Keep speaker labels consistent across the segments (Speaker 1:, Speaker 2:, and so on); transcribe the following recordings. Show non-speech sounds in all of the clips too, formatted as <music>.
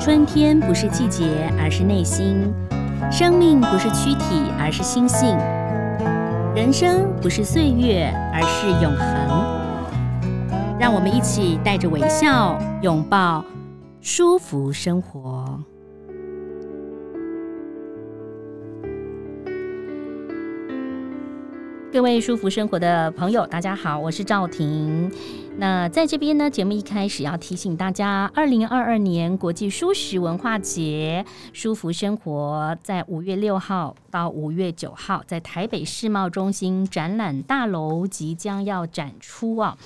Speaker 1: 春天不是季节，而是内心；生命不是躯体，而是心性；人生不是岁月，而是永恒。让我们一起带着微笑，拥抱舒服生活。各位舒服生活的朋友，大家好，我是赵婷。那在这边呢，节目一开始要提醒大家，二零二二年国际舒适文化节“舒服生活”在五月六号到五月九号，在台北世贸中心展览大楼即将要展出啊。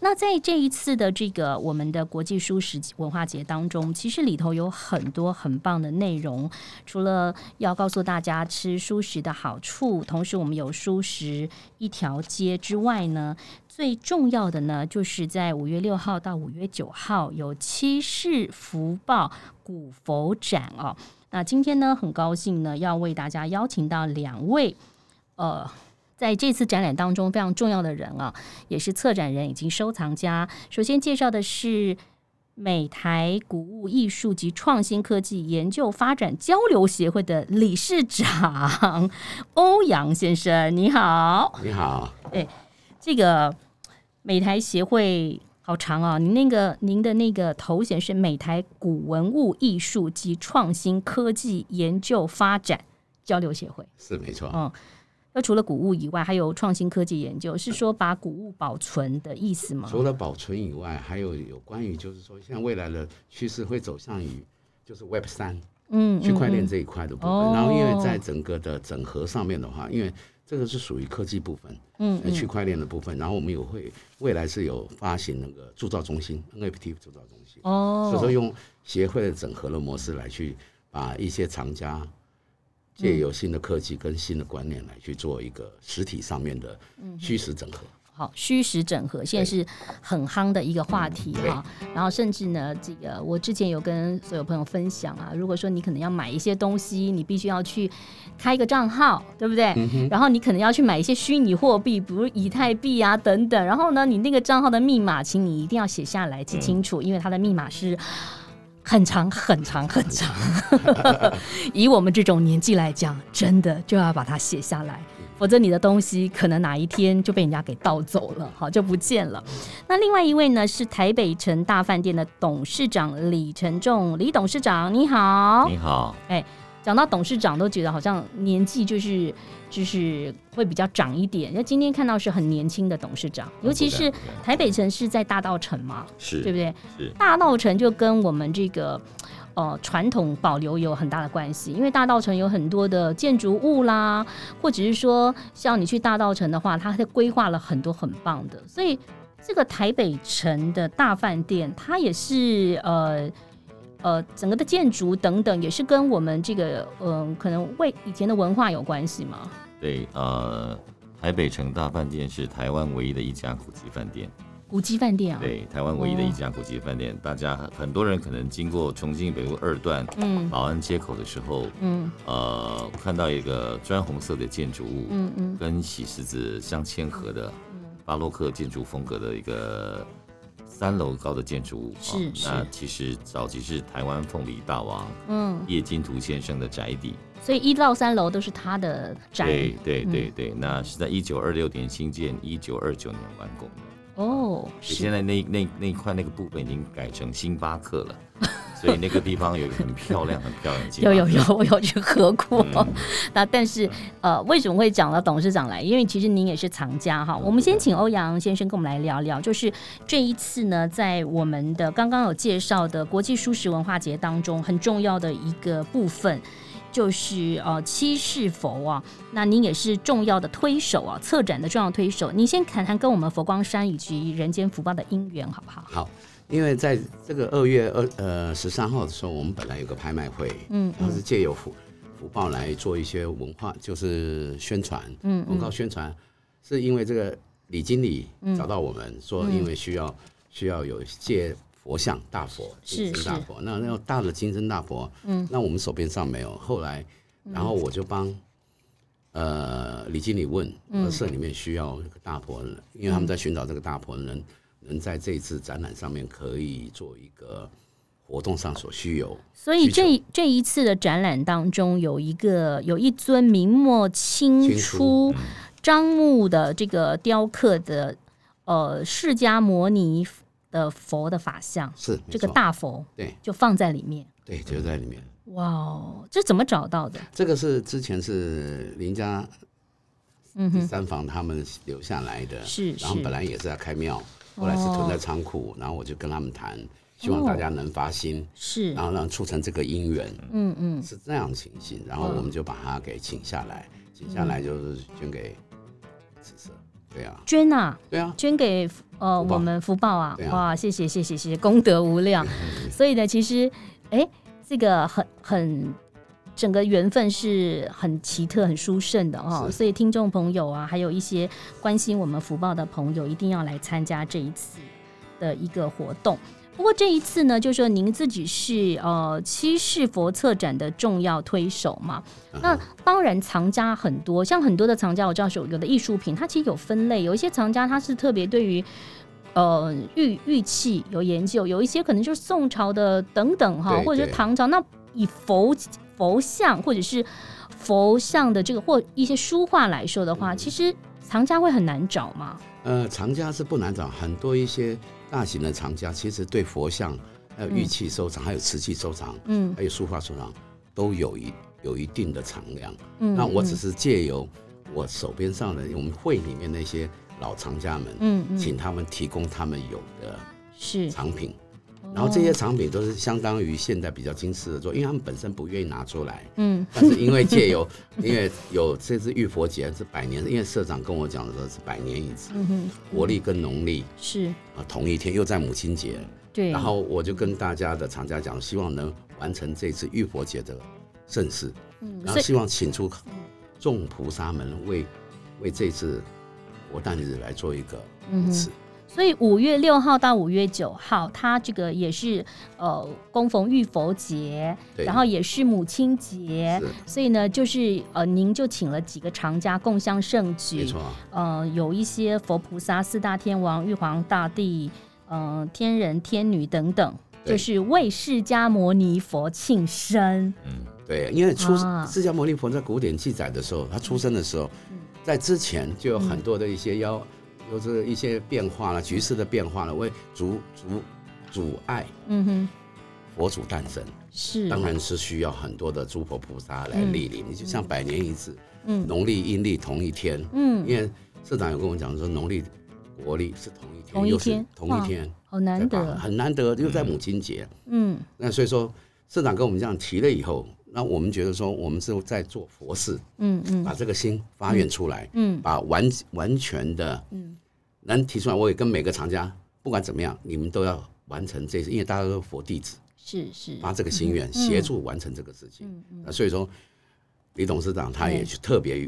Speaker 1: 那在这一次的这个我们的国际舒适文化节当中，其实里头有很多很棒的内容，除了要告诉大家吃舒食的好处，同时我们有舒食一条街之外呢，最重要的呢，就是在五月六号到五月九号有七世福报古佛展哦。那今天呢，很高兴呢，要为大家邀请到两位，呃。在这次展览当中非常重要的人啊，也是策展人以及收藏家。首先介绍的是美台古物艺术及创新科技研究发展交流协会的理事长 <laughs> 欧阳先生，你好。
Speaker 2: 你好，
Speaker 1: 哎，这个美台协会好长啊，您那个您的那个头衔是美台古文物艺术及创新科技研究发展交流协会。
Speaker 2: 是没错，
Speaker 1: 嗯，那除了古物以外，还有创新科技研究，是说把古物保存的意思吗？
Speaker 2: 除了保存以外，还有有关于就是说，像未来的趋势会走向于就是 Web 三
Speaker 1: 嗯，
Speaker 2: 区块链
Speaker 1: 嗯
Speaker 2: 这一块的部
Speaker 1: 哦
Speaker 2: 分。然后，因为在整个的整合上面的话，因为这个是属于科技部分，
Speaker 1: 嗯
Speaker 2: 呃区块链的部分。然后我们有会未来是有发行那个铸造中心 NFT 铸造中心，
Speaker 1: 嗯
Speaker 2: 所以
Speaker 1: 哦
Speaker 2: 说，用协会的整合的模式来去把一些藏家。
Speaker 1: 嗯
Speaker 2: 借由新的科技跟新的观念来去做一个实体上面的
Speaker 1: 嗯
Speaker 2: 虚实整合，
Speaker 1: 好，虚实整合现在是很夯的一个话题哈、然后甚至呢，这个我之前有跟所有朋友分享啊，如果说你可能要买一些东西，你必须要去开一个账号，对不对？然后你可能要去买一些虚拟货币，比如以太币啊等等。然后呢，你那个账号的密码，请你一定要写下来记清楚，因为它的密码是。很长很长很长，以我们这种年纪来讲，真的就要把它写下来，否则你的东西可能哪一天就被人家给盗走了，好就不见了。那另外一位呢是台北城大饭店的董事长李承仲，李董事长你好。
Speaker 3: 你好，
Speaker 1: 讲到董事长，都觉得好像年纪就是就是会比较长一点。那今天看到是很年轻的董事长，尤其是
Speaker 3: 不敢不敢
Speaker 1: 台北城是在大道城嘛，
Speaker 3: 是
Speaker 1: 对不对？
Speaker 3: 是
Speaker 1: 大道城就跟我们这个呃传统保留有很大的关系，因为大道城有很多的建筑物啦，或者是说像你去大道城的话，它的规划了很多很棒的，所以这个台北城的大饭店，它也是呃。呃，整个的建筑等等，也是跟我们这个嗯、呃可能为以前的文化有关系嘛。
Speaker 3: 对，呃，台北城大饭店是台湾唯一的一家古籍饭店，
Speaker 1: 古迹饭店啊，
Speaker 3: 对，台湾唯一的一家古籍饭店。大家很多人可能经过重庆北路二段
Speaker 1: 嗯
Speaker 3: 保安街口的时候，
Speaker 1: 嗯
Speaker 3: 呃，看到一个砖红色的建筑物，
Speaker 1: 嗯嗯
Speaker 3: 跟喜石子相嵌合的巴洛克建筑风格的一个。三楼高的建筑物，
Speaker 1: 是
Speaker 3: 哦
Speaker 1: 是
Speaker 3: 那其实早期是台湾凤梨大王
Speaker 1: 嗯，
Speaker 3: 叶金图先生的宅邸，
Speaker 1: 所以一到三楼都是他的宅
Speaker 3: 对对对对，那是在一九二六年新建，一九二九年完工的。
Speaker 1: 哦，
Speaker 3: 现
Speaker 1: 是
Speaker 3: 在那那那一块那个部分已经改成星巴克了， <laughs> 所以那个地方有一个很漂亮很漂亮的景。
Speaker 1: 有有有， <laughs> 我有去喝过。
Speaker 3: 嗯
Speaker 1: <laughs> 那但是呃，为什么会讲到董事长来？因为其实您也是藏家哈。我们先请欧阳先生跟我们来聊聊，就是这一次呢，在我们的刚刚有介绍的国际舒适文化节当中，很重要的一个部分。就是呃七世佛啊，那您也是重要的推手啊，策展的重要推手。您先谈谈跟我们佛光山以及人间福报的因缘好不好？
Speaker 2: 好，因为在这个二月二呃十三号的时候，我们本来有个拍卖会，
Speaker 1: 嗯
Speaker 2: 然后是借由福福报来做一些文化，就是宣传，
Speaker 1: 嗯
Speaker 2: 广告宣传，是因为这个李经理找到我们说，因为需要需要有借佛像大佛，
Speaker 1: 嗯是
Speaker 2: 金身大佛，那那种大的金身大佛，
Speaker 1: 嗯，
Speaker 2: 那我们手边上没有，后来然后我就帮。呃，李经理问，呃社里面需要一个大婆人，因为他们在寻找这个大婆人，能在这一次展览上面可以做一个活动上所需有。
Speaker 1: 所以
Speaker 2: 需求
Speaker 1: 这这一次的展览当中，有一个有一尊明末清
Speaker 2: 清
Speaker 1: 初
Speaker 2: 初嗯
Speaker 1: 张牧的这个雕刻的呃释迦摩尼的佛的法像，
Speaker 2: 是
Speaker 1: 这个
Speaker 2: 没错
Speaker 1: 大佛
Speaker 2: 对
Speaker 1: 就放在里面。
Speaker 2: 对就在里面。
Speaker 1: 哇哦，这怎么找到的？
Speaker 2: 这个是之前是林家
Speaker 1: 嗯
Speaker 2: 第
Speaker 1: 哼，
Speaker 2: 三房他们留下来的，
Speaker 1: 是
Speaker 2: 然后
Speaker 1: 是
Speaker 2: 本来也是要开庙，后来是囤在仓库，然后我就跟他们谈，希望大家能发心，
Speaker 1: 是
Speaker 2: 然，后让促成这个姻缘，
Speaker 1: 哦嗯嗯，
Speaker 2: 是这样情形。然后我们就把它给请下来，请下来就是捐给紫色，对啊，
Speaker 1: 捐啊，
Speaker 2: 对啊，
Speaker 1: 捐给呃
Speaker 2: 福报
Speaker 1: 我们福报啊
Speaker 2: 对，啊
Speaker 1: 哇，谢谢谢谢谢谢，功德无量。所以呢，其实哎，这个很很整个缘分是很奇特、很殊胜的哦。
Speaker 2: 是
Speaker 1: 所以听众朋友啊，还有一些关心我们福报的朋友，一定要来参加这一次的一个活动。不过这一次呢，就说您自己是呃七世佛策展的重要推手嘛，
Speaker 2: 嗯
Speaker 1: 那当然，藏家很多，像很多的藏家，我知道是有有的艺术品，它其实有分类，有一些藏家他是特别对于。呃，玉玉器有研究，有一些可能就是宋朝的等等哈，
Speaker 2: 对
Speaker 1: 或者是
Speaker 2: 对
Speaker 1: 唐朝。那以佛佛像或者是佛像的这个或一些书画来说的
Speaker 2: 嗯
Speaker 1: 话，其实藏家会很难找嘛。
Speaker 2: 呃，藏家是不难找，很多一些大型的藏家其实对佛像、还有玉器收藏、还有瓷器收藏、
Speaker 1: 嗯
Speaker 2: 还有书画收藏都有一有一定的藏量。
Speaker 1: 嗯，
Speaker 2: 那我只是借由我手边上的我们会里面那些老藏家们，
Speaker 1: 嗯嗯
Speaker 2: 请他们提供他们有的
Speaker 1: 是，
Speaker 2: 藏品，
Speaker 1: 哦
Speaker 2: 然后这些藏品都是相当于现在比较精致的做，因为他们本身不愿意拿出来，
Speaker 1: 嗯
Speaker 2: 但是因为借
Speaker 1: <laughs>
Speaker 2: 由因为有这只玉佛节是百年，因为社长跟我讲的时候是百年一次，
Speaker 1: 嗯哼，
Speaker 2: 国历跟农历
Speaker 1: 是
Speaker 2: 啊同一天又在母亲节，
Speaker 1: 对，
Speaker 2: 然后我就跟大家的藏家讲，希望能完成这次玉佛节的盛世，
Speaker 1: 嗯
Speaker 2: 然
Speaker 1: 所
Speaker 2: 后
Speaker 1: 以
Speaker 2: 希望请出众菩萨们为为这次国诞日来做一个
Speaker 1: 嗯
Speaker 2: 致
Speaker 1: 哼
Speaker 2: 辞。
Speaker 1: 所以五月六号到五月九号，它这个也是呃供奉玉佛节，
Speaker 2: 对
Speaker 1: 然后也是母亲节，
Speaker 2: 是
Speaker 1: 所以呢，就是呃您就请了几个长家共襄盛举，
Speaker 2: 没错啊，
Speaker 1: 呃，有一些佛菩萨、四大天王、玉皇大帝、嗯、天人、天女等等，
Speaker 2: 对
Speaker 1: 就是为释迦牟尼佛庆生。
Speaker 2: 对，因为出
Speaker 1: 啊嗯
Speaker 2: 释迦牟尼佛在古典记载的时候，他出生的时候，在之前就有很多的一些要，就是一些变化了，局势的变化了，为阻阻阻碍
Speaker 1: 嗯哼，
Speaker 2: 佛祖诞生，
Speaker 1: 是，
Speaker 2: 当然是需要很多的诸佛菩萨来莅临。你就像百年一次，
Speaker 1: 嗯
Speaker 2: 农历阴历同一天，
Speaker 1: 嗯，
Speaker 2: 因为社长有跟我讲说，农历国历是同一天，
Speaker 1: 同一
Speaker 2: 又是
Speaker 1: 天
Speaker 2: 同一天，
Speaker 1: 好难
Speaker 2: 在八
Speaker 1: 得，
Speaker 2: 很难得，又在母亲节。
Speaker 1: 嗯
Speaker 2: 那所以说，社长跟我们这样提了以后，那我们觉得说，我们是在做佛事，
Speaker 1: 嗯嗯
Speaker 2: 把这个心发愿出来，
Speaker 1: 嗯
Speaker 2: 把完完全的
Speaker 1: 嗯
Speaker 2: 能提出来。我也跟每个厂家，不管怎么样，你们都要完成这，因为大家都是佛弟子，
Speaker 1: 是是，
Speaker 2: 发这个心愿，协助完成这个事
Speaker 1: 嗯
Speaker 2: 情。那所以说，李董事长他也
Speaker 1: 对
Speaker 2: 去特别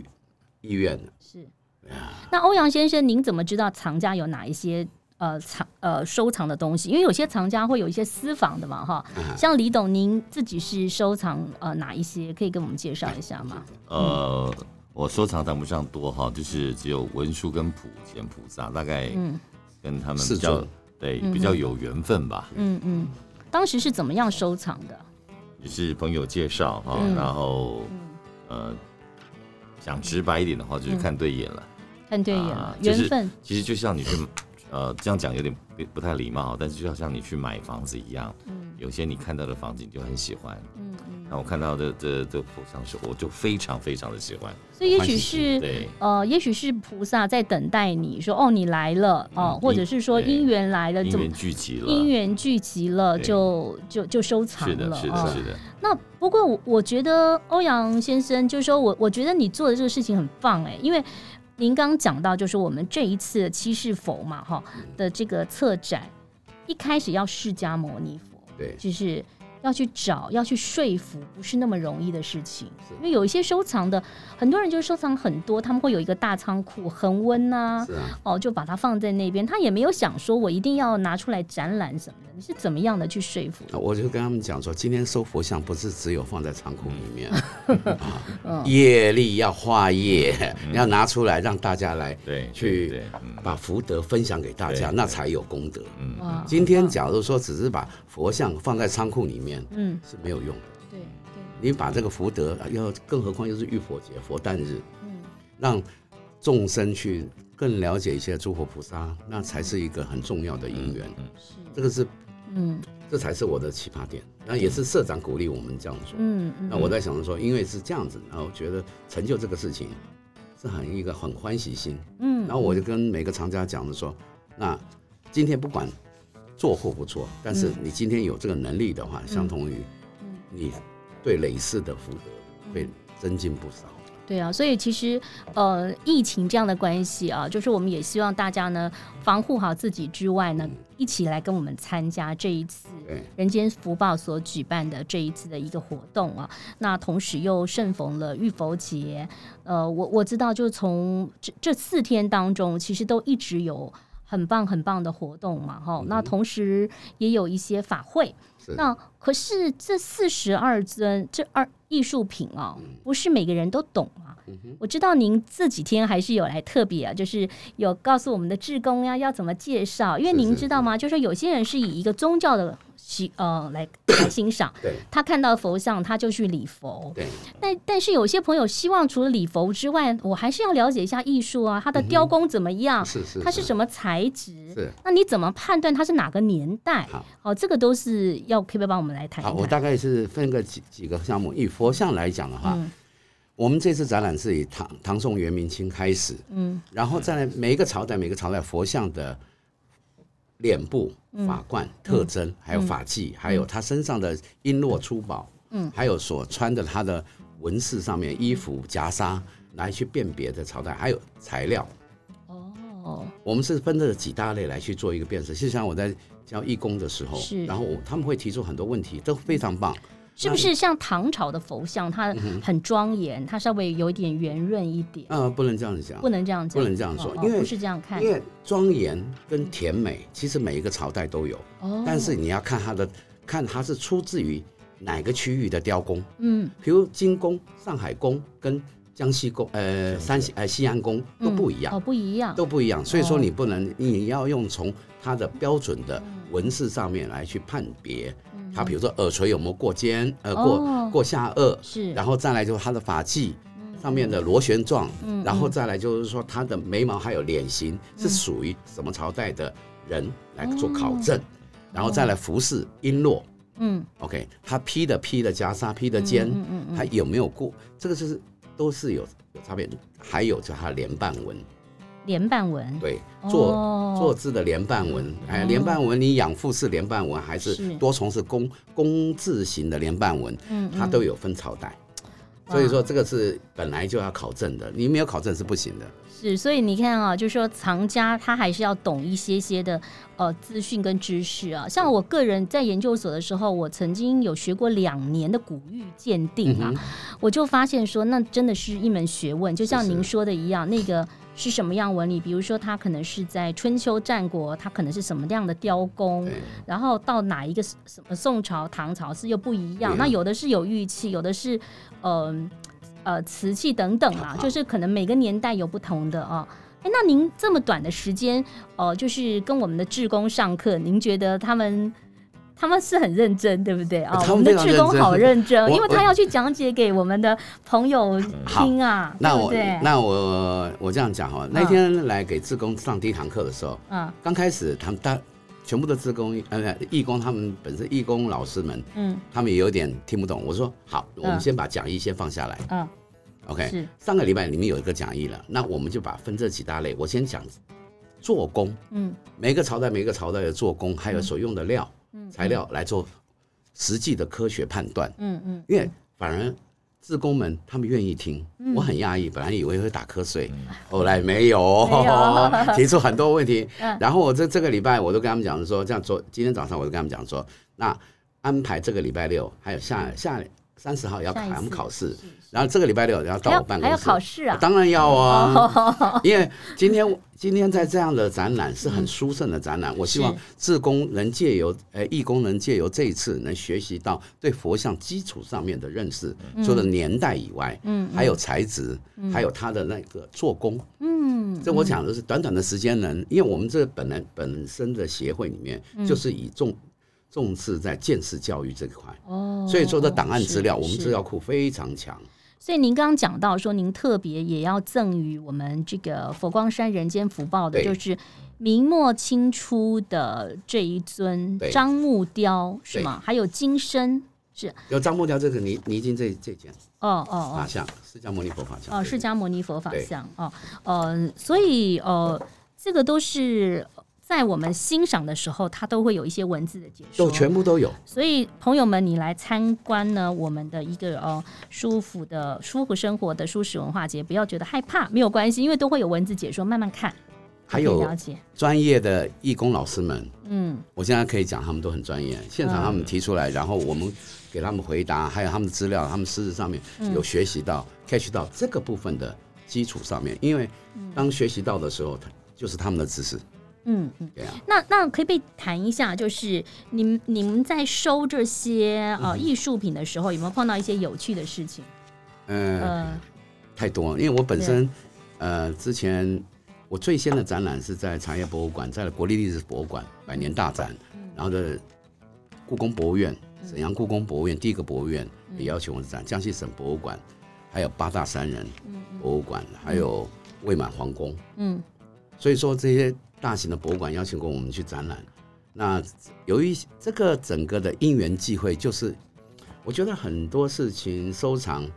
Speaker 2: 意愿
Speaker 1: 是。
Speaker 3: 啊
Speaker 1: 那欧阳先生，您怎么知道藏家有哪一些呃藏呃收藏的东西？因为有些藏家会有一些私房的嘛，哈。
Speaker 3: 啊
Speaker 1: 像李董，您自己是收藏呃哪一些？可以跟我们介绍一下
Speaker 2: 啊
Speaker 1: 吗？
Speaker 3: 呃，我收藏谈不上多哈，就是只有文殊跟普贤菩萨，大概
Speaker 1: 嗯
Speaker 3: 跟他们
Speaker 2: 四
Speaker 3: 比较
Speaker 2: 尊
Speaker 3: 对比较有缘分吧，
Speaker 1: 嗯嗯，当时是怎么样收藏的？
Speaker 3: 也是朋友介绍哈
Speaker 1: 嗯，
Speaker 3: 然后呃，讲直白一点的话，
Speaker 1: 嗯
Speaker 3: 就是看对眼了。
Speaker 1: 看对眼
Speaker 3: 啊
Speaker 1: 了，
Speaker 3: 就
Speaker 1: 缘
Speaker 3: 是
Speaker 1: 分。
Speaker 3: 其实就像你去，呃，这样讲有点不不太礼貌，但是就像你去买房子一样，有些你看到的房子你就很喜欢，
Speaker 1: 嗯嗯，
Speaker 3: 那我看到的这这佛像时候，我就非常非常的喜欢，
Speaker 1: 所以也
Speaker 2: 欢
Speaker 1: 许
Speaker 2: 喜
Speaker 1: 是
Speaker 3: 对。
Speaker 1: 呃，也许是菩萨在等待你说哦，你来了哦，或者是说
Speaker 3: 嗯对
Speaker 1: 姻缘来了，
Speaker 3: 因
Speaker 1: 呃怎么
Speaker 3: 缘聚集了，
Speaker 1: 姻缘聚集了，
Speaker 3: 对
Speaker 1: 就就就收藏
Speaker 3: 是的，
Speaker 1: 了
Speaker 3: 是
Speaker 1: 哦
Speaker 3: 的，是的，
Speaker 1: 那不过我我觉得欧阳先生，就是说我我觉得你做的这个事情很棒哎，因为您刚刚讲到，就是我们这一次的七世佛嘛
Speaker 2: 嗯
Speaker 1: 哈的这个策展，一开始要释迦牟尼佛，
Speaker 2: 对
Speaker 1: 就是要去找，要去说服，不是那么容易的事情。
Speaker 2: 是
Speaker 1: 因为有一些收藏的，很多人就收藏很多，他们会有一个大仓库，恒温呐、
Speaker 2: 是啊，
Speaker 1: 哦，就把它放在那边，他也没有想说我一定要拿出来展览什么的。你是怎么样的去说服？
Speaker 2: 我就跟他们讲说，今天收佛像不是只有放在仓库里
Speaker 3: <laughs>
Speaker 2: 面，啊
Speaker 1: 嗯
Speaker 2: 业力要化业，
Speaker 3: 嗯
Speaker 2: 要拿出来让大家来
Speaker 3: 对，
Speaker 2: 去
Speaker 3: 对，嗯
Speaker 2: 把福德分享给大家，
Speaker 3: 对
Speaker 2: 那才有功德。
Speaker 3: 嗯，
Speaker 1: 哇，
Speaker 2: 今天假如说只是把佛像放在仓库里面
Speaker 1: 嗯，
Speaker 2: 是没有用的，
Speaker 1: 对对，
Speaker 2: 你把这个福德，啊要更何况又是浴火节、佛诞日，
Speaker 1: 嗯
Speaker 2: 让众生去更了解一些诸佛菩萨，那才是一个很重要的因缘。
Speaker 1: 是，
Speaker 2: 这个是，
Speaker 1: 嗯
Speaker 2: 这才是我的启发点。那也是社长鼓励我们这样做。
Speaker 1: 嗯嗯，
Speaker 2: 那我在想着说，因为是这样子，然后觉得成就这个事情是很一个很欢喜心。
Speaker 1: 嗯
Speaker 2: 然后我就跟每个厂家讲的说，那今天不管做或不做，但是
Speaker 1: 嗯
Speaker 2: 你今天有这个能力的话，相同于你对累世的福
Speaker 1: 嗯
Speaker 2: 德会增进不少。
Speaker 1: 对啊，所以其实呃，疫情这样的关系啊，就是我们也希望大家呢防护好自己之外
Speaker 2: 嗯
Speaker 1: 呢，一起来跟我们参加这一次
Speaker 2: 对，
Speaker 1: 人间福报所举办的这一次的一个活动啊，那同时又适逢了浴佛节，呃，我我知道，就从这这四天当中，其实都一直有很棒很棒的活动嘛，哈、那同时也有一些法会，
Speaker 2: 嗯是
Speaker 1: 那可是这四十二尊这二艺术品啊，
Speaker 2: 嗯
Speaker 1: 不是每个人都懂啊。我知道您这几天还是有来特别啊，就是有告诉我们的志工呀、要怎么介绍，因为
Speaker 2: 是
Speaker 1: 您
Speaker 2: 是
Speaker 1: 知道吗？就是有些人是以一个宗教的习呃来来欣赏，
Speaker 2: 对
Speaker 1: 他看到佛像他就去礼佛，
Speaker 2: 对，
Speaker 1: 但但是有些朋友希望除了礼佛之外，我还是要了解一下艺术啊，它的雕工怎么样，
Speaker 2: 是是，
Speaker 1: 它是什么材质？
Speaker 2: 是
Speaker 1: 那你怎么判断它是哪个年代？
Speaker 2: 好
Speaker 1: 哦，这个都是要 K 贝帮我们来谈
Speaker 2: 好，
Speaker 1: 一
Speaker 2: 我
Speaker 1: 谈。
Speaker 2: 大概是分个几几个项目。以佛像来讲的话，
Speaker 1: 嗯
Speaker 2: 我们这次展览是以唐唐宋元明清开始，
Speaker 1: 嗯
Speaker 2: 然后再来每一个朝代，每个朝代佛像的脸部、
Speaker 1: 嗯
Speaker 2: 法冠、特征，还有法器，还有他身上的璎珞珠宝，
Speaker 1: 嗯，
Speaker 2: 还有所穿的他的纹饰上面衣服袈裟来去辨别的朝代，还有材料。
Speaker 1: 哦，
Speaker 2: 我们是分了几大类来去做一个辨识，就像我在教义工的时候，
Speaker 1: 是
Speaker 2: 然后我他们会提出很多问题，都非常棒。
Speaker 1: 是不是像唐朝的佛像，它很庄严，它稍微有一点圆润一点，
Speaker 2: 呃，不能这样子讲
Speaker 1: 不，能这样讲，
Speaker 2: 不能这样说
Speaker 1: 哦
Speaker 2: 因为
Speaker 1: 不是这样看
Speaker 2: 因。为庄严跟甜美，其实每一个朝代都有。
Speaker 1: 哦，
Speaker 2: 但是你要看它的，看它是出自于哪个区域的雕工，
Speaker 1: 嗯
Speaker 2: 比如金宫、上海宫跟江西宫、呃山西呃西安宫都不一样，
Speaker 1: 哦不一样，
Speaker 2: 都不一样。所以
Speaker 1: 哦
Speaker 2: 说你不能，你要用从它的标准的纹饰上面来去判别
Speaker 1: 嗯
Speaker 2: 它，比如说耳垂有没有过肩，呃
Speaker 1: 哦
Speaker 2: 过过下颚，
Speaker 1: 是，
Speaker 2: 然
Speaker 1: 后
Speaker 2: 后再来就是它的发髻
Speaker 1: 嗯
Speaker 2: 上面的螺旋状，然后再来就是说它的眉毛还有脸
Speaker 1: 嗯
Speaker 2: 型是属于什么朝代的人来做考证，然后再来服饰璎珞
Speaker 1: 哦嗯
Speaker 2: ，OK，他披的披的袈裟，披的肩，
Speaker 1: 嗯嗯嗯
Speaker 2: 他有没有过？这个就是都是有有差别的，还有就它连瓣纹，
Speaker 1: 连瓣纹，
Speaker 2: 对，坐。坐
Speaker 1: 哦，
Speaker 2: 姿的连瓣纹，哎，连瓣纹，你仰腹式连瓣纹还
Speaker 1: 是
Speaker 2: 是多重是弓弓字形的连瓣纹，
Speaker 1: 嗯
Speaker 2: 它都有分朝代，所以说这个是本来就要考证的，你没有考证是不行的。
Speaker 1: 是，所以你看啊，就是说藏家他还是要懂一些些的呃资讯跟知识啊。像我个人在研究所的时候，我曾经有学过两年的古玉鉴定
Speaker 2: 嗯
Speaker 1: 啊，我就发现说，那真的是一门学问，就像
Speaker 2: 是
Speaker 1: 您说的一样，那个。是什么样纹理？比如说，它可能是在春秋战国，它可能是什么样的雕工，
Speaker 2: 对
Speaker 1: 然后到哪一个什什么宋朝、唐朝是又不一样。
Speaker 2: 对啊
Speaker 1: 那有的是有玉器，有的是嗯呃瓷器等等啦，就是可能每个年代有不同的啊。哎，那您这么短的时间，呃，就是跟我们的志工上课，您觉得他们他们是很认真，对不对啊？
Speaker 2: 呃他们
Speaker 1: 我们的
Speaker 2: 非常
Speaker 1: 志工
Speaker 2: 认真
Speaker 1: 好认真，
Speaker 2: 我
Speaker 1: 因为他要去讲解给我们的朋友
Speaker 2: 好
Speaker 1: 听啊，
Speaker 2: 那
Speaker 1: 对不
Speaker 2: 我
Speaker 1: 对？嗯
Speaker 2: 那我我这样讲哈，那天来给志工上第一堂课的时候，
Speaker 1: 啊，
Speaker 2: 刚开始他们大全部的志工呃义工，他们本身义工老师们，
Speaker 1: 嗯
Speaker 2: 他们也有点听不懂。我说好，我们
Speaker 1: 嗯
Speaker 2: 先把讲义先放下来
Speaker 1: 啊，
Speaker 2: ，OK。
Speaker 1: 是，
Speaker 2: 上个礼拜你们有一个讲义了，那我们就把分这几大类，我先讲做工，
Speaker 1: 嗯
Speaker 2: 每个朝代每个朝代的做工，还有所用的料、材料来做实际的科学判断。
Speaker 1: 嗯嗯，嗯
Speaker 2: 因为反而志工们他们愿意听，我很讶异，本来以为会打瞌睡，后来没有，
Speaker 1: 没有
Speaker 2: <laughs> 提出很多问题
Speaker 1: 嗯。
Speaker 2: 然后我这这个礼拜我都跟他们讲说，这样昨今天早上我就跟他们讲说，那安排这个礼拜六，还有下下三十号要考
Speaker 1: 下一次
Speaker 2: 我们考试
Speaker 1: 是，
Speaker 2: 然后这个礼拜六然后到
Speaker 1: 还
Speaker 2: 我
Speaker 1: 要
Speaker 2: 办
Speaker 1: 还
Speaker 2: 公
Speaker 1: 要
Speaker 2: 室，
Speaker 1: 考试啊？
Speaker 2: 当然要啊。
Speaker 1: <laughs> 哦，
Speaker 2: 因为今天今天在这样的展览是很殊胜的展览，我希望
Speaker 1: 嗯是
Speaker 2: 志工能借由呃义工能借由这一次能学习到对佛像基础上面的认识，除了年代以外，
Speaker 1: 嗯，
Speaker 2: 还有材质，还有它的那个做工。
Speaker 1: 嗯，
Speaker 2: 这我讲的是短短的时间能，因为我们这个本来本身的协会里面
Speaker 1: 嗯
Speaker 2: 就是以重重视在见识教育这一块，
Speaker 1: 哦，
Speaker 2: 所以说的档案
Speaker 1: 是
Speaker 2: 资料，我们
Speaker 1: 哦是
Speaker 2: 资料库非常强。
Speaker 1: 所以您刚刚讲到说，您特别也要赠予我们这个佛光山人间福报的，
Speaker 2: 对
Speaker 1: 就是明末清初的这一尊
Speaker 2: 对
Speaker 1: 樟木雕，是吗？还有金身，是
Speaker 2: 有张木雕这个泥泥金这这件
Speaker 1: 哦哦
Speaker 2: 法
Speaker 1: 哦
Speaker 2: 像，释迦牟尼佛法像
Speaker 1: 哦，
Speaker 2: 对
Speaker 1: 释迦牟尼佛法
Speaker 2: 对
Speaker 1: 像哦，呃，所以呃，这个都是在我们欣赏的时候，它都会有一些文字的解说，
Speaker 2: 都全部都有。
Speaker 1: 所以朋友们，你来参观呢我们的一个呃舒服的舒服生活的舒适文化节，不要觉得害怕，没有关系，因为都会有文字解说，慢慢看，
Speaker 2: 还
Speaker 1: 就可以
Speaker 2: 有
Speaker 1: 了解，
Speaker 2: 专业的义工老师们，
Speaker 1: 嗯
Speaker 2: 我现在可以讲他们都很专业。现场他们提出来，然后我们给他们回答，还有他们的资料，他们实质上面
Speaker 1: 嗯
Speaker 2: 有学习到、catch 到这个部分的基础上面，因为当学习到的时候，它就是他们的知识。
Speaker 1: 嗯嗯。
Speaker 2: 对啊，
Speaker 1: 那那可以被谈一下，就是你们你们在收这些呃艺术品的时候，有没有碰到一些有趣的事情？
Speaker 2: 嗯、
Speaker 1: 呃，
Speaker 2: 太多了，因为我本身，呃，之前我最先的展览是在茶叶博物馆，在国立历史博物馆百年大展，然后的故宫博物院，沈阳故宫博物院第一个博物院也邀请我的展，江西省博物馆，还有八大山人博物馆，还有未满皇宫，
Speaker 1: 嗯
Speaker 2: 所以说这些大型的博物馆邀请过我们去展览。那由于这个整个的因缘际会，就是我觉得很多事情收藏，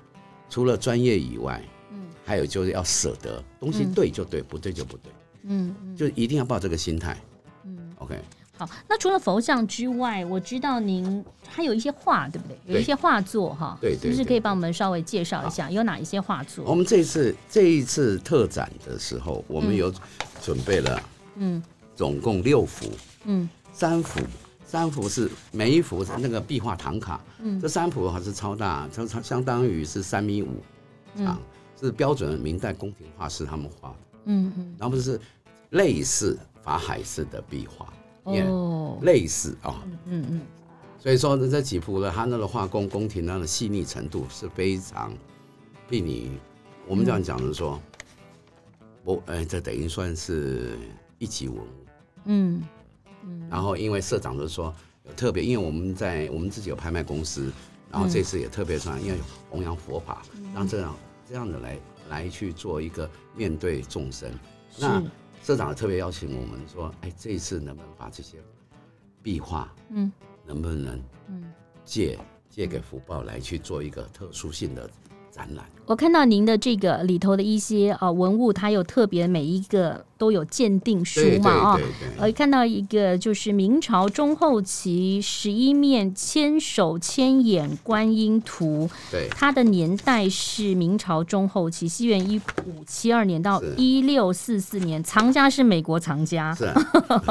Speaker 2: 除了专业以外，嗯，还有就是要舍得，东西对就对，不对就不对，
Speaker 1: 嗯嗯，
Speaker 2: 就一定要抱这个心态。嗯，OK，
Speaker 1: 好。那除了佛像之外，我知道您还有一些画，对不对？有一
Speaker 2: 对
Speaker 1: 些画作哈，
Speaker 2: 对
Speaker 1: 是
Speaker 2: 对
Speaker 1: 不是
Speaker 2: 对哦
Speaker 1: 可以帮我们稍微介绍一下有哪一些画
Speaker 2: 我
Speaker 1: 作？
Speaker 2: 们这一次这一次特展的时候，我们有准备了
Speaker 1: 嗯
Speaker 2: 总共六幅，
Speaker 1: 嗯。
Speaker 2: 三幅，三幅是每一幅是那个壁画唐卡，嗯，这三幅还是超大，超超相当于是三米五
Speaker 1: 嗯
Speaker 2: 长，是标准明代宫廷画师他们画的，
Speaker 1: 嗯嗯
Speaker 2: 然后是类似法海式的壁画，也
Speaker 1: 哦，
Speaker 2: 类似啊、
Speaker 1: 嗯嗯
Speaker 2: 所以说呢这几幅呢，他那个画工宫廷那个细腻程度是非常比你我们这样讲的说，
Speaker 1: 嗯
Speaker 2: 我呃这等于算是一级文物。
Speaker 1: 嗯
Speaker 2: 然后因为社长就说有特别，因为我们在我们自己有拍卖公司，然后
Speaker 1: 嗯
Speaker 2: 这次也特别算，因为弘扬佛法，让这样这样的来来去做一个面对众生。那
Speaker 1: 是
Speaker 2: 社长特别邀请我们说，哎，这一次能不能把这些壁画，
Speaker 1: 嗯，
Speaker 2: 能不能
Speaker 1: 嗯，
Speaker 2: 借借给福报来去做一个特殊性的展览？
Speaker 1: 我看到您的这个里头的一些呃文物，它有特别每一个都有鉴定书
Speaker 2: 对对
Speaker 1: 嘛啊。
Speaker 2: 对对，
Speaker 1: 我看到一个就是明朝中后期十一面千手千眼观音图，
Speaker 2: 对
Speaker 1: 它的年代是明朝中后期，西元一五七二年到
Speaker 2: 是
Speaker 1: 一六四四年，藏家是美国藏家，
Speaker 2: 是啊，
Speaker 1: <laughs>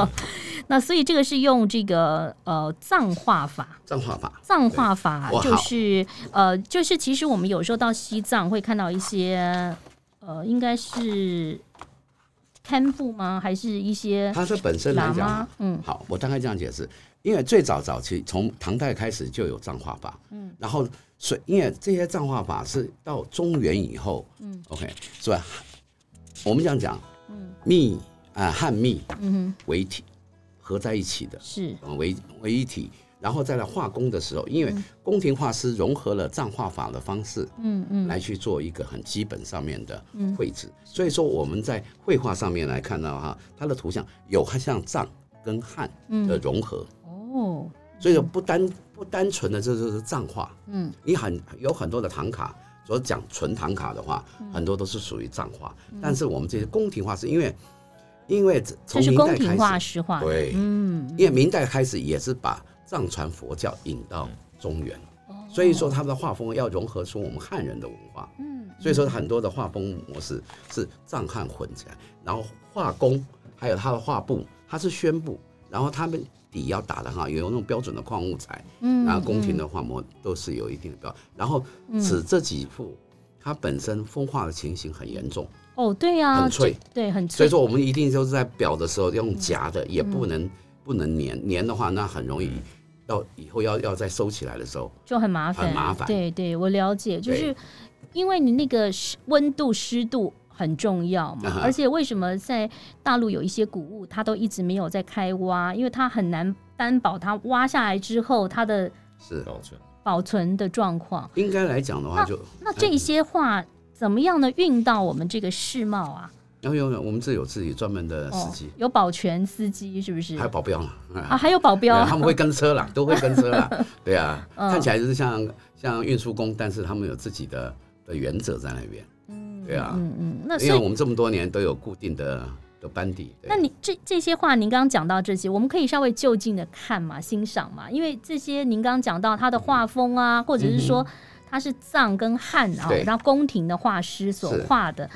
Speaker 1: 那所以这个是用这个呃藏画法，
Speaker 2: 藏画法，
Speaker 1: 藏画法
Speaker 2: 对哇
Speaker 1: 就是呃，就是其实我们有时候到西藏会看到一些呃，应该是堪布吗？还是一些
Speaker 2: 它是本身来
Speaker 1: 喇
Speaker 2: 讲啊
Speaker 1: 嘛，？嗯
Speaker 2: 好，我大概这样解释，因为最早早期从唐代开始就有藏画法，嗯，然后所以因为这些藏画法是到中原以后，嗯，OK，所以我们这样讲，嗯，密啊、呃汉密
Speaker 1: 嗯哼，
Speaker 2: 为体合在一起的，
Speaker 1: 是
Speaker 2: 呃为为一体，然后再来画工的时候，因为宫廷画师融合了藏画法的方式，
Speaker 1: 嗯嗯
Speaker 2: 来去做一个很基本上面的绘制。所以说我们在绘画上面来看到哈，它的图像有像藏跟汉
Speaker 1: 嗯
Speaker 2: 的融合，
Speaker 1: 哦
Speaker 2: 所以说不单不单纯的这就是藏画，
Speaker 1: 嗯，
Speaker 2: 你很有很多的唐卡。所讲纯唐卡的话，
Speaker 1: 嗯
Speaker 2: 很多都是属于藏画，但是我们这些宫廷画是因为，因为
Speaker 1: 这
Speaker 2: 从
Speaker 1: 是
Speaker 2: 明
Speaker 1: 宫
Speaker 2: 代
Speaker 1: 廷画
Speaker 2: 开始，
Speaker 1: 师画的，
Speaker 2: 对
Speaker 1: 嗯
Speaker 2: 因为明代开始也是把藏传佛教引到中原，
Speaker 1: 哦
Speaker 2: 所以说他们的画风要融合出我们汉人的文化，
Speaker 1: 嗯
Speaker 2: 所以说很多的画风模式是藏汉混起来，然后画工还有它的画布，它是宣布然后他们底要打的哈，有那种标准的矿物材，
Speaker 1: 嗯
Speaker 2: 然后宫廷的画膜都是有一定的标，然后此这几幅，它本身风化的情形很严重，
Speaker 1: 哦，对啊，
Speaker 2: 很脆
Speaker 1: 这，对，嗯很脆。
Speaker 2: 所以说我们一定就是在裱的时候用夹的，也不能不能粘，粘的话那很容
Speaker 1: 嗯
Speaker 2: 易要以后要要再收起来的时候，
Speaker 1: 就很麻烦，
Speaker 2: 很麻烦
Speaker 1: 对对，我了解，就是因为你那个湿温度、湿度很重要嘛
Speaker 2: 啊，哈
Speaker 1: 而且为什么在大陆有一些古物它都一直没有在开挖，因为它很难担保它挖下来之后它的
Speaker 2: 是
Speaker 1: 哦
Speaker 3: 保存。
Speaker 1: 保存的状况。
Speaker 2: 应该来讲的
Speaker 1: 啊
Speaker 2: 话就
Speaker 1: 那这些画怎么样的运到我们这个世贸啊？
Speaker 2: 要用我们这有自己专门的呃司机
Speaker 1: 哦，，有保全司机是不是？
Speaker 2: 还有保镖呢。
Speaker 1: 啊，还有保镖
Speaker 2: <laughs> 对
Speaker 1: 啊，
Speaker 2: 他们会跟车
Speaker 1: <laughs>
Speaker 2: 啦，都会跟车啦，对啊，
Speaker 1: 嗯
Speaker 2: 看起来就是像像运输工，但是他们有自己的的原则在那边，对啊，
Speaker 1: 嗯嗯，那
Speaker 2: 因
Speaker 1: 所
Speaker 2: 为
Speaker 1: 以
Speaker 2: 我们这么多年都有固定的的班底，对
Speaker 1: 那你这这些话，您刚刚讲到这些，我们可以稍微就近的看嘛、欣赏嘛，因为这些您刚刚讲到他的画风啊，或者是说他是藏跟汉啊
Speaker 2: 嗯对，
Speaker 1: 然后宫廷的画师所
Speaker 2: 是
Speaker 1: 画的。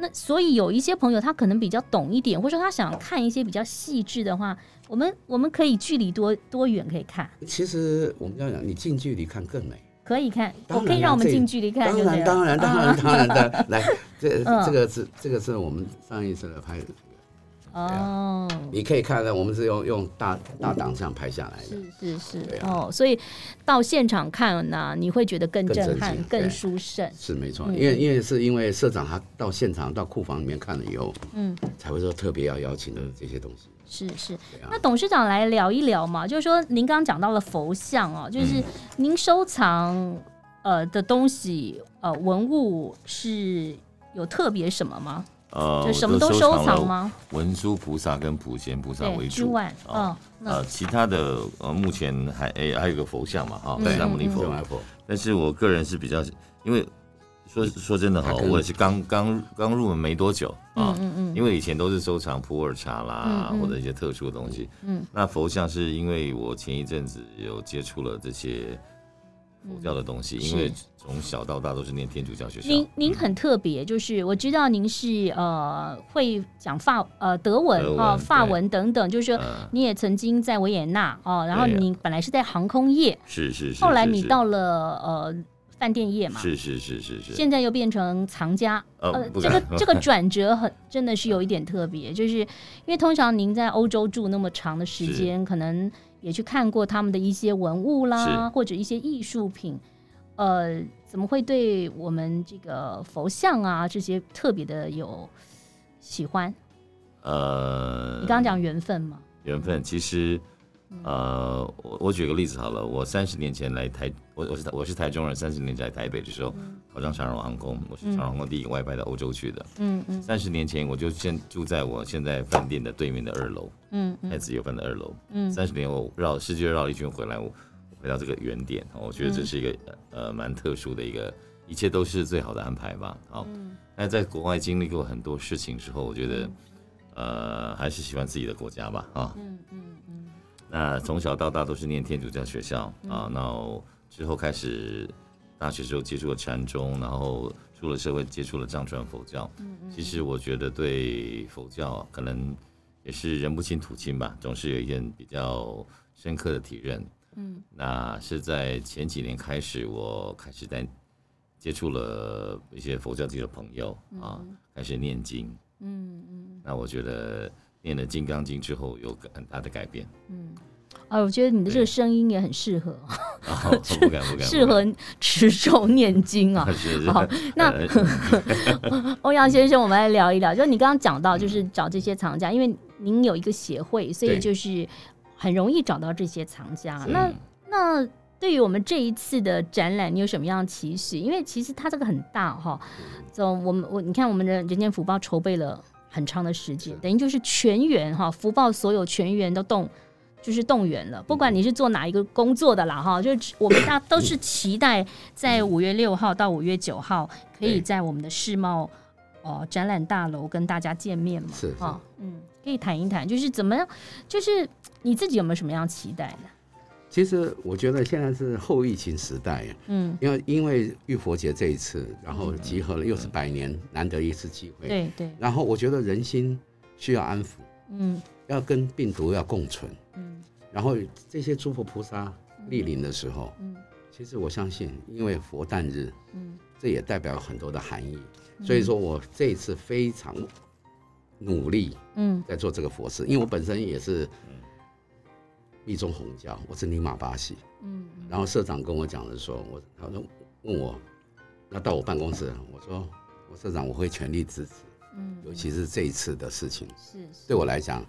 Speaker 1: 那所以有一些朋友他可能比较懂一点，或者说他想看一些比较细致的话，我们我们可以距离多多远可以看，
Speaker 2: 其实我们要讲，你近距离看更美。
Speaker 1: 可以看，
Speaker 2: 当然
Speaker 1: 我可以
Speaker 2: 啦
Speaker 1: 让我们
Speaker 2: 这
Speaker 1: 近距离看
Speaker 2: 当
Speaker 1: 就对
Speaker 2: 然，
Speaker 1: 了，
Speaker 2: 当然，当然，当然
Speaker 1: <laughs>
Speaker 2: 的。来，这
Speaker 1: 嗯
Speaker 2: 这个是这个是我们上一次的拍，
Speaker 1: 哦。
Speaker 2: 你可以看到我们是用用大大档这样拍下来的。
Speaker 1: 是是是
Speaker 2: 对、啊
Speaker 1: 哦，所以到现场看呢、你会觉得更
Speaker 2: 更
Speaker 1: 震
Speaker 2: 震
Speaker 1: 撼
Speaker 2: 惊、
Speaker 1: 更
Speaker 2: 对
Speaker 1: 殊胜。
Speaker 2: 是没错，
Speaker 1: 嗯
Speaker 2: 因为因为是因为社长他到现场到库房里面看了以后，
Speaker 1: 嗯，
Speaker 2: 才会说特别要邀请的这些东西。
Speaker 1: 是是
Speaker 2: 对啊，
Speaker 1: 那董事长来聊一聊嘛，就是说您刚刚讲到了佛像哦，
Speaker 2: 嗯
Speaker 1: 就是您收藏、呃的东西呃文物是有特别什么吗？
Speaker 3: 呃，
Speaker 1: 就
Speaker 3: 我
Speaker 1: 什么都收藏
Speaker 3: 了
Speaker 1: 吗？
Speaker 3: 文殊菩萨跟普贤菩萨
Speaker 1: 对，
Speaker 3: 为
Speaker 1: 之
Speaker 3: 主。
Speaker 1: 外，嗯、
Speaker 3: 哦
Speaker 1: 那
Speaker 3: 呃，其他的呃，目前还诶、还有个佛像嘛，哈、
Speaker 1: 嗯
Speaker 3: 释迦牟尼佛
Speaker 2: 对。吧？佛
Speaker 3: 但是我个人是比较，因为说
Speaker 1: 嗯
Speaker 3: 说真的哈、
Speaker 2: 他跟
Speaker 3: 我也是刚刚刚入门没多久啊
Speaker 1: 嗯，嗯嗯，
Speaker 3: 因为以前都是收藏普洱茶啦、
Speaker 1: 嗯嗯
Speaker 3: 或者一些特殊的东西。
Speaker 1: 嗯，
Speaker 3: 那佛像是因为我前一阵子有接触了这些
Speaker 1: 嗯
Speaker 3: 佛教的东西，因为从小到大都是念天主教学校。
Speaker 1: 您您很特别，就是我知道您是呃会讲法呃德文
Speaker 3: 德文
Speaker 1: 哦、法
Speaker 3: 对
Speaker 1: 文等等，就是说
Speaker 3: 呃，
Speaker 1: 你也曾经在维也纳哦，然后
Speaker 3: 对呀
Speaker 1: 你本来是在航空业，
Speaker 3: 是是是。
Speaker 1: 后来
Speaker 3: 是
Speaker 1: 你
Speaker 3: 是
Speaker 1: 到了呃饭店业嘛，
Speaker 3: 是是是是是。
Speaker 1: 现在又变成藏家，
Speaker 3: 呃不
Speaker 1: 这
Speaker 3: 敢
Speaker 1: 个这个转折很真的是有一点特别， <laughs> 就是因为通常您在欧洲住那么长的时间，可能也去看过他们的一些文物啦，
Speaker 3: 是
Speaker 1: 或者一些艺术品，呃，怎么会对我们这个佛像啊这些特别的有喜欢？
Speaker 3: 呃，
Speaker 1: 你刚刚讲缘分嘛，
Speaker 3: 缘分，其实，
Speaker 1: 嗯
Speaker 3: 呃，我我举个例子好了，我三十年前来台，我我是台我是台中人，三十年前来台北的时候，考上长荣航空，我是长荣航空第一个外派到欧洲去的。
Speaker 1: 嗯嗯
Speaker 3: 三十年前我就现住在我现在饭店的对面的二楼，
Speaker 1: 嗯嗯
Speaker 3: 太子油饭的二楼。
Speaker 1: 嗯
Speaker 3: 三十年我绕世界绕了一圈回来，我回到这个原点，哦我觉得
Speaker 1: 嗯
Speaker 3: 这是一个、呃蛮特殊的一个，一切都是最好的安排吧。好，
Speaker 1: 嗯
Speaker 3: 那、在国外经历过很多事情之后，我觉得呃还是喜欢自己的国家吧啊。
Speaker 1: 嗯嗯嗯，
Speaker 3: 那从小到大都是念天主教学校啊，那我之后开始大学时候接触了禅宗，然后出了社会接触了藏传佛教。
Speaker 1: 嗯
Speaker 3: 其实我觉得对佛教可能也是人不亲土亲吧，总是有一点比较深刻的体认。嗯，那是在前几年开始，我开始在接触了一些佛教界的朋友啊，
Speaker 1: 嗯
Speaker 3: 开始念经。嗯嗯，那我觉得念了《金刚经》之后，有很大的
Speaker 1: <laughs>
Speaker 3: 改变。
Speaker 1: 啊，我觉得你的这个
Speaker 3: 对
Speaker 1: 声音也很适合，
Speaker 3: 哦，不敢不敢，
Speaker 1: 适合 <laughs> 持咒念经啊
Speaker 3: 啊，。是 <laughs> 是
Speaker 1: 好。
Speaker 3: <laughs>
Speaker 1: 那
Speaker 3: 呃
Speaker 1: 欧阳先生，我们来聊一聊，就是你刚刚讲到，就是找这些藏家，因为您有一个协会，所以
Speaker 2: 对
Speaker 1: 就是很容易找到这些藏家。
Speaker 3: 是
Speaker 1: 那那对于我们这一次的展览，你有什么样的期许？因为其实它这个很大哈，总我们我你看我们的《人间福报》筹备了很长的时间，等于就是全员哈，福报所有全员都动。就是动员了，不管你是做哪一个工作的啦，哈，就是我们大都是期待在五月六号到五月九号，可以
Speaker 2: 对
Speaker 1: 在我们的世贸哦展览大楼跟大家见面嘛，
Speaker 2: 是是
Speaker 1: 啊，嗯，可以谈一谈，就是怎么样，就是你自己有没有什么样的期待呢？
Speaker 2: 其实我觉得现在是后疫情时代，
Speaker 1: 嗯，
Speaker 2: 因为因为浴佛节这一次，然后集合了又是百年难得一次机会，
Speaker 1: 对对，
Speaker 2: 然后我觉得人心需要安抚，
Speaker 1: 嗯
Speaker 2: 要跟病毒要共存。
Speaker 1: 嗯
Speaker 2: 然后这些诸佛菩萨莅临的时候，
Speaker 1: 嗯
Speaker 2: 其实我相信，因为佛诞日，
Speaker 1: 嗯，
Speaker 2: 这也代表很多的含义。所以说我这一次非常努力
Speaker 1: 嗯
Speaker 2: 在做这个佛事，因为我本身也是密宗红教，我是尼玛巴西。
Speaker 1: 嗯嗯
Speaker 2: 然后社长跟我讲的说，我他说问我，那到我办公室，我说我社长我会全力支持，
Speaker 1: 嗯，
Speaker 2: 尤其是这一次的事情，
Speaker 1: 是是，
Speaker 2: 对我来讲，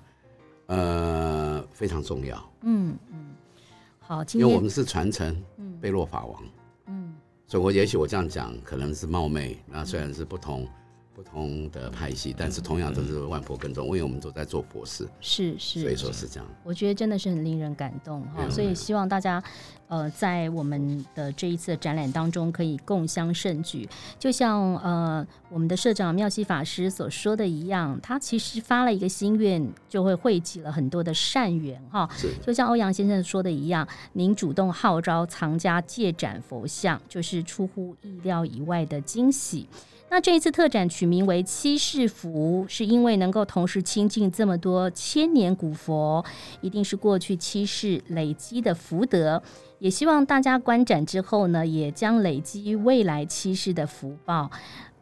Speaker 2: 呃，非常重要，
Speaker 1: 嗯嗯，好，今
Speaker 2: 因为我
Speaker 1: 天
Speaker 2: 们是传承
Speaker 1: 嗯
Speaker 2: 贝洛法王，
Speaker 1: 嗯
Speaker 2: 所以我也许我这样讲可能是冒昧，那虽然是不同。不同的派系，但是同样都是万佛跟踪，因为我们都在做佛事，
Speaker 1: 是嗯是，
Speaker 2: 所以说是这样。
Speaker 1: 我觉得真的是很令人感动哈、
Speaker 2: 嗯
Speaker 1: 所以希望大家，呃，在我们的这一次的展览当中可以共襄盛举。就像呃我们的社长妙西法师所说的一样，他其实发了一个心愿，就会汇集了很多的善缘哈、
Speaker 2: 是
Speaker 1: 就像欧阳先生说的一样，您主动号召藏家借展佛像，就是出乎意料以外的惊喜。那这一次特展取名为“七世佛”，是因为能够同时亲近这么多千年古佛，一定是过去七世累积的福德。也希望大家观展之后呢，也将累积未来七世的福报。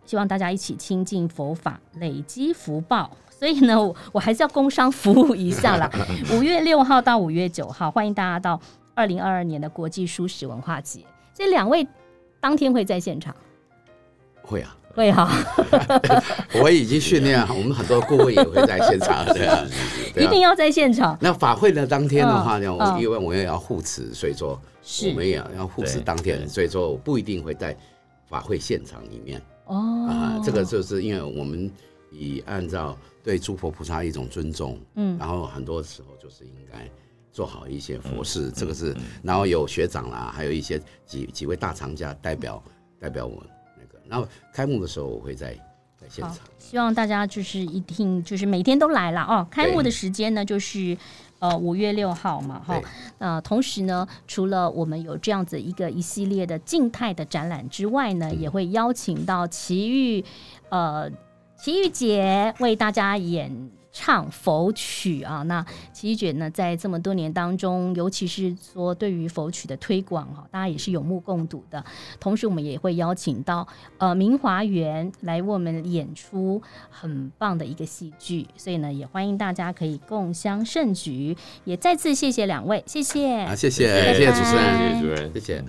Speaker 1: 希望大家一起亲近佛法，累积福报。所以呢，我我还是要工商服务一下
Speaker 2: <laughs>
Speaker 1: 啦。五月六号到五月九号，欢迎大家到二零二二年的国际舒适文化节。这两位当天会在现场，
Speaker 2: 会啊，
Speaker 1: 会哈、
Speaker 2: 我已经训练好，啊我们很多顾问也会在
Speaker 1: <laughs>
Speaker 2: 现场，对啊，对
Speaker 1: 一
Speaker 2: 啊
Speaker 1: 定要在现场。
Speaker 2: 那法会的当天的话呢，
Speaker 1: 嗯
Speaker 2: 我
Speaker 1: 嗯
Speaker 2: 因为我也要护持，所以说
Speaker 1: 是
Speaker 2: 我们也要护持
Speaker 3: 对
Speaker 2: 当天，
Speaker 3: 对
Speaker 2: 所以说我不一定会在法会现场里面
Speaker 1: 哦
Speaker 2: 啊。这个就是因为我们以按照对诸佛菩萨一种尊重，
Speaker 1: 嗯
Speaker 2: 然后很多时候就是应该做好一些佛事，这个是，然后有学长啦，还有一些几几位大藏家代表代表我那个，然后开幕的时候我会在在现
Speaker 1: 好
Speaker 2: 场。
Speaker 1: 希望大家就是一定就是每天都来了哦。开幕的时间呢，就是呃五月六号嘛，哈
Speaker 2: 对。
Speaker 1: 呃，同时呢，除了我们有这样子一个一系列的静态的展览之外呢，也会邀请到奇遇，呃，奇遇姐为大家演。唱佛曲啊，那奇遇姐呢，在这么多年当中，尤其是说对于佛曲的推广哈，大家也是有目共睹的。同时，我们也会邀请到呃明华园来为我们演出很棒的一个戏剧，所以呢，也欢迎大家可以共襄盛举。也再次谢谢两位，谢谢。
Speaker 2: 啊，谢谢，谢谢主持人，
Speaker 3: 谢谢主任，
Speaker 2: 谢谢。